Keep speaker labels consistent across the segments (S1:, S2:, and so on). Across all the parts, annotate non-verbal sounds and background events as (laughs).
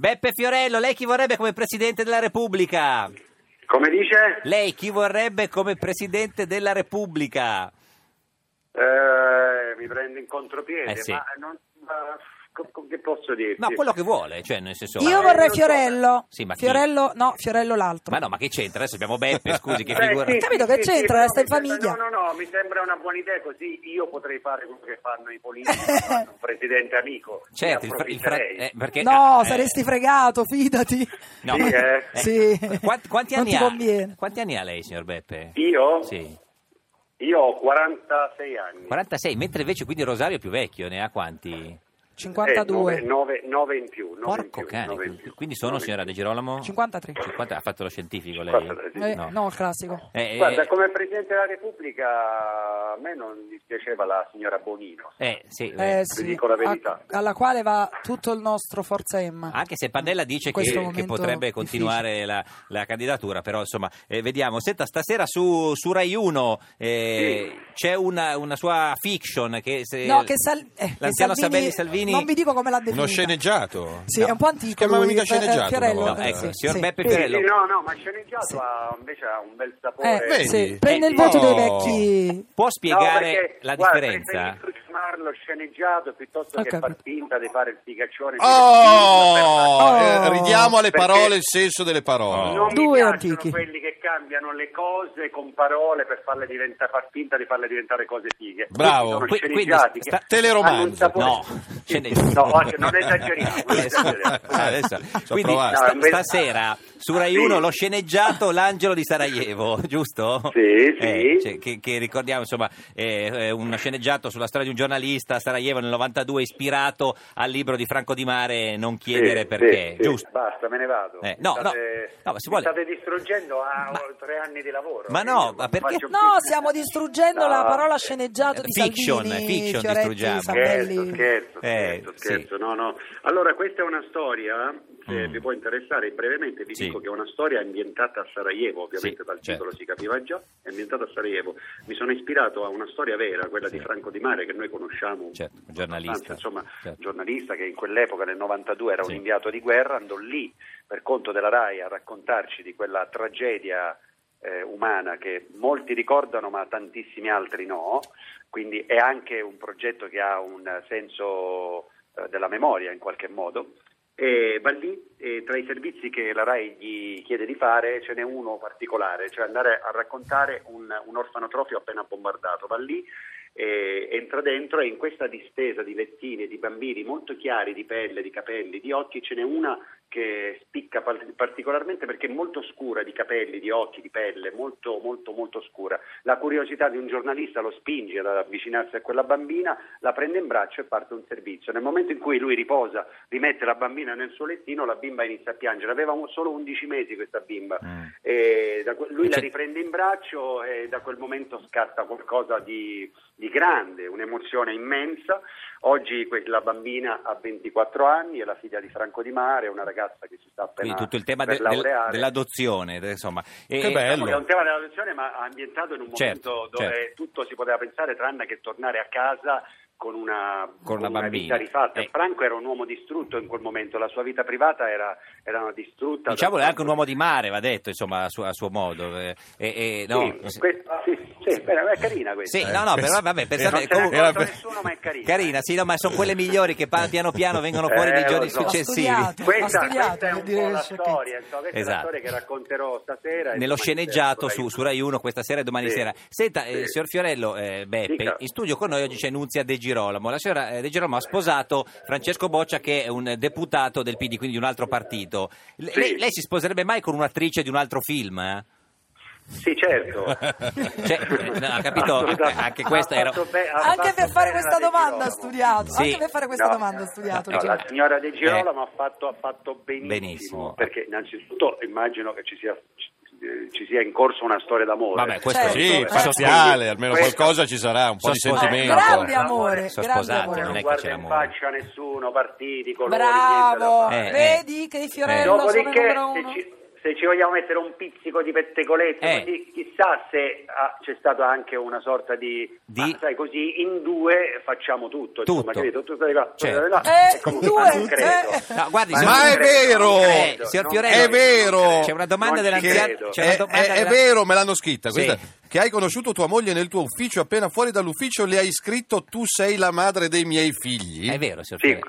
S1: Beppe Fiorello, lei chi vorrebbe come Presidente della Repubblica?
S2: Come dice?
S1: Lei chi vorrebbe come Presidente della Repubblica?
S2: Eh, mi prende in contropiede,
S1: Eh sì.
S2: ma non, ma co- co- che posso dirti?
S1: No, quello che vuole, cioè nel senso...
S3: Io
S2: Eh,
S3: vorrei
S2: non so.
S3: Fiorello.
S1: Sì, ma chi?
S3: Fiorello, no, Fiorello l'altro.
S1: Ma no, ma che c'entra? Adesso abbiamo Beppe, scusi,
S3: (laughs)
S1: che
S2: Beh,
S1: figura...
S2: sì,
S3: Capito che c'entra,
S2: però
S3: resta
S2: mi
S3: in
S2: sembra-
S3: famiglia.
S2: No, no, no, mi sembra una buona idea, così io potrei fare quello che fanno
S1: (laughs)
S2: i politici, fanno un presidente amico. Mi
S1: Certo, il, fra- il fra-
S2: approfitterei.
S1: eh, perché-
S3: No,
S1: eh,
S3: saresti fregato, fidati.
S1: (laughs) No,
S2: Sì,
S1: ma-
S2: eh.
S3: Sì.
S1: Quanti, quanti
S3: Non
S1: anni
S3: ti
S1: ha?
S3: conviene.
S1: Quanti anni ha lei, signor Beppe?
S2: Io?
S1: Sì.
S2: Io ho 46 anni.
S1: 46, mentre invece quindi Rosario è più vecchio, ne ha quanti?
S2: 9, in
S3: 52.
S2: più. Eh, nove in
S1: Porco
S2: più,
S1: cane,
S2: nove in
S1: quindi,
S2: più,
S1: quindi sono
S2: nove in
S1: signora De Girolamo?
S3: 53.
S1: 50 ha fatto lo scientifico lei?
S2: Guarda, sì.
S3: Eh, no. il classico.
S1: Eh, eh,
S2: Guarda, come Presidente della Repubblica a me non dispiaceva la signora Bonino.
S1: eh, sì, eh.
S3: Eh, sì,
S2: dico la verità.
S3: a- alla quale va tutto il nostro Forza Emma.
S1: Anche se Pannella dice
S3: In
S1: che,
S3: questo
S1: che
S3: momento
S1: potrebbe
S3: difficile.
S1: continuare la, la candidatura, però insomma, eh, vediamo. Senta, stasera su, su Rai 1 eh, c'è una, una sua fiction che... Se,
S3: No, che, Sal- eh, che
S1: l'anziano Sabelli
S3: Salvini,
S1: Salvini...
S3: Non vi dico come l'ha definita.
S4: Uno sceneggiato?
S3: Sì,
S4: No.
S3: è un po' antico.
S4: Si chiamava
S3: lui,
S4: mica
S3: eh,
S4: sceneggiato.
S3: Fiorello.
S4: una
S1: No,
S4: volta.
S1: ecco,
S3: Eh,
S1: signor
S3: sì.
S1: Beppe
S2: Sì,
S1: Fiorello.
S2: sì, no, no, ma sceneggiato
S3: Sì.
S2: ha- invece ha un bel sapore.
S3: Eh,
S4: Vedi?
S3: sì, prende il
S1: Eh,
S3: voto dei
S4: no.
S3: vecchi.
S1: Può
S2: No,
S1: spiegare
S2: perché,
S1: la
S2: guarda,
S1: differenza?
S2: preferisco chiamarlo sceneggiato piuttosto
S3: Ho
S2: che far
S3: capito.
S2: finta di fare il figaccione.
S4: Oh,
S3: Oh.
S4: eh, ridiamo alle
S2: Perché-
S4: parole il senso delle
S2: Non
S4: parole.
S2: mi
S3: Due
S2: piacciono
S3: antichi.
S2: quelli che cambiano le cose con parole per farle diventa, far finta di farle diventare cose fighe.
S4: Bravo.
S2: Questi sono
S1: Qui-
S2: sceneggiati
S1: quindi sta-
S2: che
S4: teleromanzo.
S2: hanno un sapore-
S1: No, ce ne-
S2: No, oggi non esageriamo. (laughs) non
S1: Adesso-
S2: esageriamo.
S1: adesso.
S4: Ci ho
S1: Quindi
S4: provato.
S1: sta-
S2: No, invece- Ah,
S1: stasera su Rai 1
S2: Sì.
S1: lo sceneggiato L'angelo di Sarajevo, (laughs) giusto?
S2: Sì, sì.
S1: Eh, cioè, che, che ricordiamo, insomma, eh, è uno sceneggiato sulla storia di un giornalista a Sarajevo nel 92 ispirato al libro di Franco Di Mare Non chiedere
S2: Sì,
S1: perché,
S2: sì, sì.
S1: giusto?
S2: Basta, me ne vado.
S1: Eh, no,
S2: Mi state,
S1: no, no, ma si
S2: mi
S1: vuole-
S2: state distruggendo a
S1: Ma-
S2: tre anni di lavoro.
S1: Ma no,
S2: Quindi
S1: ma
S2: non
S1: perché-
S2: faccio più-
S3: No, stiamo distruggendo la
S2: No.
S3: parola sceneggiato di
S1: Fiction,
S3: Salvini.
S1: fiction
S3: Fioretti,
S1: distruggiamo.
S3: Sabelli.
S2: Scherzo, scherzo,
S1: Eh,
S2: scherzo,
S1: sì.
S2: scherzo, no, no. Allora, questa è una storia, se
S1: Mm.
S2: vi può interessare brevemente, vi
S1: Sì.
S2: dico che è una storia ambientata a Sarajevo, ovviamente
S1: Sì,
S2: dal
S1: certo.
S2: titolo si capiva già, è ambientata a Sarajevo. Mi sono ispirato a una storia vera, quella
S1: Sì.
S2: di Franco Di Mare, che noi conosciamo.
S1: Certo, un giornalista.
S2: abbastanza, insomma,
S1: Certo.
S2: giornalista che in quell'epoca, nel 92, era
S1: Sì.
S2: un inviato di guerra, andò lì per conto della RAI a raccontarci di quella tragedia eh, umana che molti ricordano ma tantissimi altri no, quindi è anche un progetto che ha un eh, senso eh, della memoria in qualche modo. E va lì e tra i servizi che la RAI gli chiede di fare ce n'è uno particolare, cioè andare a raccontare un, un orfanotrofio appena bombardato. Va lì e entra dentro e in questa distesa di lettine, di bambini molto chiari di pelle, di capelli, di occhi, ce n'è una che spicca par- particolarmente perché è molto scura di capelli, di occhi, di pelle, molto molto molto scura. La curiosità di un giornalista lo spinge ad avvicinarsi a quella bambina, la prende in braccio e parte un servizio. Nel momento in cui lui riposa, rimette la bambina nel suo lettino, la bimba inizia a piangere. Aveva un- solo 11 mesi questa bimba.
S1: Mm.
S2: E da que- lui
S1: E
S2: la
S1: c'è-
S2: riprende in braccio e da quel momento scatta qualcosa di, di grande, un'emozione immensa. Oggi quella bambina ha 24 anni, è la figlia di Franco Di Mare, è una ragazza che si sta appena
S1: Quindi tutto il tema
S2: per
S1: del- del-
S2: laureare.
S1: dell'adozione, de- insomma. E-
S4: Che
S2: Diciamo
S4: bello.
S2: che È un tema della lezione, ma ambientato in un
S1: Certo,
S2: momento dove
S1: certo.
S2: tutto si poteva pensare tranne che tornare a casa con una,
S1: Con una bambina.
S2: vita rifatta.
S1: Eh.
S2: Franco era un uomo distrutto in quel momento, la sua vita privata era, era distrutta.
S1: Diciamo
S2: da-
S1: è anche un uomo di mare, va detto, insomma, a suo, a suo modo. eh, e- e- no,
S2: Sì, questa- sì, sì, beh, è carina questa.
S1: Sì,
S4: Eh,
S1: no, no,
S4: penso-
S1: però vabbè, per sapere-
S2: non se
S4: era-
S2: l'ha
S1: comunque-
S4: era
S2: accorto
S4: per-
S2: nessuno, ma è carina.
S1: Carina, sì, no, ma sono quelle migliori che pa- piano piano vengono fuori
S2: Eh,
S1: nei
S2: lo
S1: giorni
S2: so.
S1: successivi.
S3: Studiato.
S2: Questa,
S3: Ha studiato,
S2: questa è un
S3: vuol dire
S2: po'
S3: che
S2: la
S3: sciocchezza.
S2: storia, insomma, questa è
S1: Esatto.
S2: la storia che racconterò stasera. e
S1: Nello
S2: domani sera,
S1: sceneggiato su,
S2: domani.
S1: su Rai 1 questa sera e domani
S2: Sì.
S1: sera. Senta, eh,
S2: Sì.
S1: signor Fiorello, eh, Beppe,
S2: Dica.
S1: in studio con noi oggi c'è Nunzia De Girolamo. La signora eh, De Girolamo ha sposato Francesco Boccia, che è un eh, deputato del PD, quindi di un altro partito. L-
S2: Sì.
S1: lei, lei si sposerebbe mai con un'attrice di un altro film? eh?
S2: Sì, certo.
S1: Cioè,
S4: (laughs)
S1: eh, no, (laughs) ha capito?
S2: Assolutamente.
S1: Anche questa
S2: Ha
S1: era-
S2: fatto be- ha
S3: Anche
S2: fatto
S3: per
S2: bene
S3: fare questa
S2: la De
S3: domanda ha
S2: Girolamo.
S3: studiato.
S1: Sì.
S3: Anche per fare questa
S2: No.
S3: domanda ha studiato.
S1: No,
S2: No,
S3: Luigi.
S2: la signora De Girolamo
S1: Eh.
S2: ha fatto, ha fatto benissimo,
S1: Benissimo.
S2: Perché innanzitutto immagino che ci sia, ci sia in corso una storia d'amore.
S1: Vabbè, questo
S3: Certo.
S1: sì.
S4: Sì,
S3: Eh.
S4: parziale, almeno
S2: Questo-
S4: qualcosa ci sarà, un po' di
S1: Sono sposato.
S4: sentimento.
S3: Eh, grande amore,
S1: Sono
S3: grande
S1: sposati,
S3: amore.
S1: non
S2: non
S1: è che c'è
S2: guarda in
S1: l'amore.
S2: faccia a nessuno, partiti, colori, niente da
S3: Bravo,
S2: fare.
S1: Eh, eh.
S3: vedi che i Fiorello sono il
S2: Dopodiché,
S3: numero
S2: se
S3: uno.
S2: ci, se ci vogliamo mettere un pizzico di pettegolezzo,
S1: Eh.
S2: così, chissà se ah, c'è stata anche una sorta di,
S1: Di-
S2: ah, sai, così in due facciamo tutto, insomma,
S1: Tutto.
S2: capito? Tutto di qua, tutto
S1: Certo.
S2: di là.
S3: Eh,
S2: Ecco,
S3: in
S2: ma
S3: due,
S2: non credo.
S3: eh.
S1: No, guardi,
S4: Ma
S1: signor-
S4: è vero!
S2: non
S1: Eh,
S2: credo,
S1: signor
S2: non
S1: Fiorello,
S4: È vero!
S1: C'è una domanda
S2: Non ci
S1: dell'anziano.
S2: credo.
S1: C'è una
S4: è,
S1: domanda
S4: Eh, è- è
S1: della-
S4: vero, me l'hanno scritta
S1: Sì.
S4: questa. Che hai conosciuto tua moglie nel tuo ufficio appena fuori dall'ufficio le hai scritto tu sei la madre dei miei figli.
S1: È vero, signor
S2: Sì,
S1: Fiorello.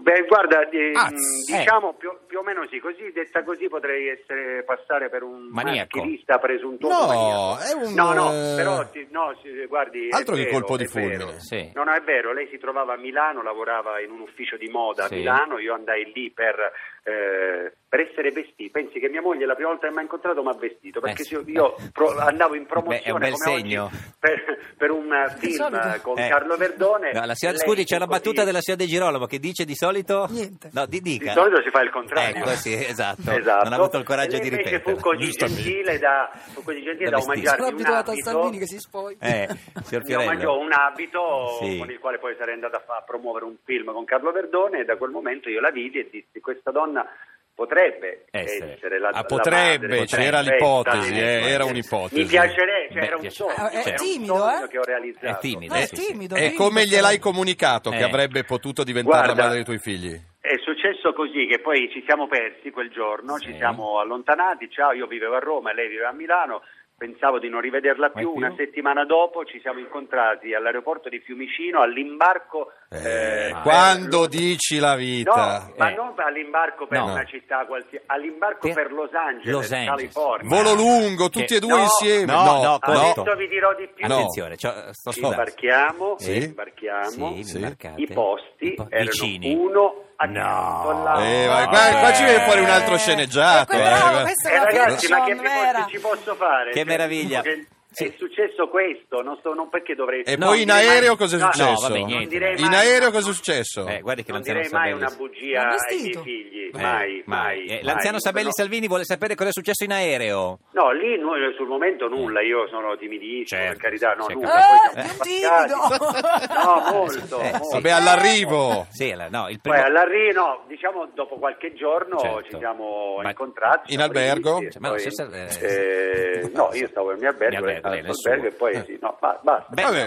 S2: beh, guarda, eh,
S4: Ah,
S2: mh,
S4: sì.
S2: diciamo più, più o meno sì, così detta così potrei essere, passare per un
S1: Maniaco.
S2: maschilista presuntuoso.
S4: No,
S2: maniaco.
S4: è un,
S2: No, no,
S4: eh,
S2: però sì, no, sì, guardi... è
S4: altro che
S2: vero,
S4: colpo di
S2: è vero.
S4: fulmine.
S1: Sì.
S2: No, no, è vero, lei si trovava a Milano, lavorava in un ufficio di moda
S1: Sì.
S2: a Milano, io andai lì per, eh, per essere vestito. Pensi che mia moglie la prima volta che mi ha incontrato mi ha vestito, perché
S1: Eh,
S2: io,
S1: sì.
S2: io pro- andavo in
S1: Beh, è un
S2: promozione
S1: bel
S2: come oggi,
S1: segno.
S2: per, per un film
S3: solito.
S2: con
S1: Eh.
S2: Carlo Verdone.
S1: No, la signora-
S2: Lei
S1: scusi, c'è la
S2: così-
S1: battuta della signora De Girolamo che dice di solito.
S3: Niente.
S1: No, di dica.
S2: di solito si fa il contrario.
S1: Ecco, sì, esatto.
S2: Esatto.
S1: Non ha avuto il coraggio
S2: E lei
S1: di
S2: invece
S1: ripetere.
S2: Fu così
S1: Giustamente.
S2: gentile da, fu così
S1: Da
S2: gentile da,
S1: vestire.
S2: omaggiarmi
S3: Sono
S2: un
S3: abituato a
S2: abito-
S3: Salvini che si spoglia.
S1: Eh, signor
S2: mi
S1: Fiorello.
S2: omaggiò un abito
S1: Sì.
S2: con il quale poi sarei andato a, fa- a promuovere un film con Carlo Verdone e da quel momento io la vidi e dissi questa donna potrebbe
S1: Essere.
S2: essere, la,
S4: Ah,
S2: la
S4: potrebbe,
S2: madre,
S4: c'era
S2: potrebbe,
S4: l'ipotesi,
S2: sì,
S4: eh,
S2: sì.
S4: era un'ipotesi.
S2: Mi piacerebbe, cioè,
S1: Beh,
S2: era un
S1: piace-
S2: sogno,
S1: Ah, è
S2: era un
S3: timido,
S2: sogno
S3: eh?
S2: che ho realizzato.
S1: È timido,
S3: No, è
S1: sì, sì.
S3: timido.
S4: E
S3: dimmi,
S4: Eh, come
S3: Fiorello.
S4: gliel'hai comunicato
S1: Eh.
S4: che avrebbe potuto diventare
S2: Guarda.
S4: la madre dei tuoi figli?
S2: È successo così che poi ci siamo persi quel giorno,
S1: Sì.
S2: ci siamo allontanati, ciao, io vivevo a Roma e lei viveva a Milano, pensavo di non rivederla
S1: Ma
S2: più,
S1: più?
S2: una settimana dopo ci siamo incontrati all'aeroporto di Fiumicino all'imbarco...
S4: Eh,
S2: per-
S4: quando dici la vita?
S2: No, ma
S1: Eh.
S2: non all'imbarco per
S1: No.
S2: una città qualsiasi, all'imbarco
S1: Per-
S2: per, Los Angeles,
S1: Los Angeles.
S2: California.
S1: Volo
S4: Volo lungo,
S1: Che-
S4: tutti e due
S2: No,
S4: insieme?
S1: no, no,
S2: Adesso
S1: no.
S2: vi dirò di più.
S4: No.
S1: Attenzione, cioè, sto
S2: Ci
S1: scusando.
S2: imbarchiamo,
S4: Sì.
S2: imbarchiamo.
S1: Sì,
S4: Sì.
S1: imbarcate.
S2: I posti
S1: po-
S2: erano
S1: vicini.
S2: uno
S1: No.
S2: accanto all'altro.
S4: Eh, vai, qua- qua ci viene fuori un altro sceneggiato,
S3: Eh,
S4: eh,
S3: bravo,
S4: eh.
S3: questa
S2: Eh,
S3: è una
S2: ragazzi, ma che
S3: fiction
S2: vi
S3: vera.
S2: posso, ci posso fare?
S1: Che
S2: Cioè,
S1: meraviglia.
S2: che-
S1: Sì.
S2: È successo questo, non, so, non perché dovrei...
S4: E
S1: No,
S4: poi in
S1: non direi
S4: aereo
S2: mai-
S4: cosa è
S2: no, no,
S4: successo?
S1: vabbè, niente.
S2: direi
S4: in
S2: mai-
S4: aereo cosa è successo?
S1: Eh, guardi che
S2: non
S1: l'anziano
S2: direi mai
S1: Sabelli-
S2: una
S3: Ma
S2: bugia ai
S3: vestito?
S2: miei figli,
S1: Eh,
S2: mai, mai.
S1: Eh,
S2: mai.
S1: L'anziano Sabelli
S2: No,
S1: Salvini vuole sapere cosa è successo in aereo.
S2: No, lì nu- sul momento nulla, io sono timidissimo,
S1: Certo,
S2: per carità, no,
S1: sì,
S2: nulla.
S1: certo.
S2: poi
S3: Eh,
S2: siamo
S3: un
S2: spaccati.
S3: timido.
S2: (laughs) No, molto,
S1: Eh, sì. Eh,
S2: molto.
S4: Vabbè, all'arrivo.
S1: Sì, la- no, il primo...
S2: Poi all'arrivo, diciamo dopo qualche giorno
S1: Certo.
S2: ci siamo
S1: Ma-
S2: incontrati.
S4: In
S2: siamo
S4: albergo?
S2: rivisti e
S1: Ma no,
S2: poi-
S1: se- se-
S2: eh, no, io stavo nel mio albergo,
S1: Mi
S2: lei
S1: albergo,
S2: stava
S1: lei
S2: nel
S1: nel Eh.
S2: suo albergo e poi sì, no, ba- basta.
S1: Beh,
S4: Vabbè.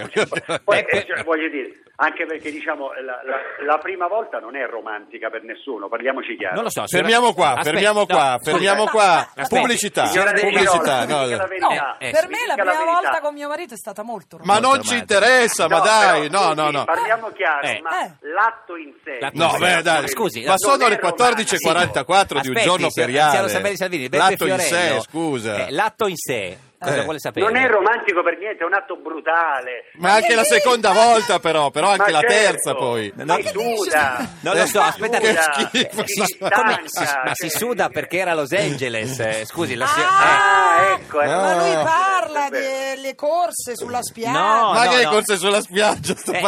S2: Poi,
S1: Beh,
S2: eh, cioè, voglio dire, anche perché diciamo la, la- la prima volta non è romantica per nessuno, parliamoci chiaro.
S1: Non lo so. signora-
S4: (laughs) Fermiamo qua,
S1: Aspetta,
S4: fermiamo
S1: no,
S4: qua,
S1: scusi.
S4: fermiamo
S3: ma-
S4: qua.
S1: aspetti,
S4: Pubblicità,
S1: signora De
S4: pubblicità.
S2: Nicola,
S4: no.
S2: dica la
S3: No,
S2: verità.
S1: Eh,
S3: per
S1: sì.
S3: me
S2: Dica
S3: la prima
S2: verità.
S3: volta con mio marito è stata molto
S4: Ma
S3: romantica.
S4: non ci interessa, ma
S2: No,
S4: dai,
S2: però,
S4: no, no,
S2: scusi,
S4: no.
S2: Parliamo chiaro,
S1: Eh.
S2: ma
S3: Eh.
S2: l'atto in sé.
S1: L'atto in
S4: No,
S1: Scusi,
S4: beh, dai,
S1: ma scusi,
S4: ma sono
S2: non
S4: le
S2: è romantico.
S4: 14.44 di un
S1: Aspetti,
S4: giorno
S1: signor
S4: feriale.
S1: Anziano Sabelli Salvini, Beppe
S4: L'atto in
S1: Fiorello.
S4: sé, scusa.
S1: Eh, l'atto in sé, cosa
S4: Eh.
S1: vuole sapere?
S2: Non è romantico per niente, è un atto brutale.
S4: Ma anche
S1: (laughs)
S4: la seconda volta però, però anche
S2: Ma
S4: la
S2: certo,
S4: terza poi.
S1: No,
S2: Si
S1: che
S2: suda.
S1: Non lo so,
S2: Si
S1: aspetta-
S2: suda,
S4: Eh, Che schifo,
S2: si
S4: (laughs) si-
S2: stanca,
S1: Come- si- ma si
S2: cioè-
S1: suda perché era a Los Angeles. eh, Scusi, la signora-
S2: Ah,
S3: Ah,
S2: ecco, ecco.
S3: Ma lui
S4: Ah.
S3: parla delle corse sulla spiaggia.
S1: No,
S4: ma
S1: no,
S4: che
S1: no.
S4: corse sulla spiaggia sto
S1: Eh,
S4: parlando?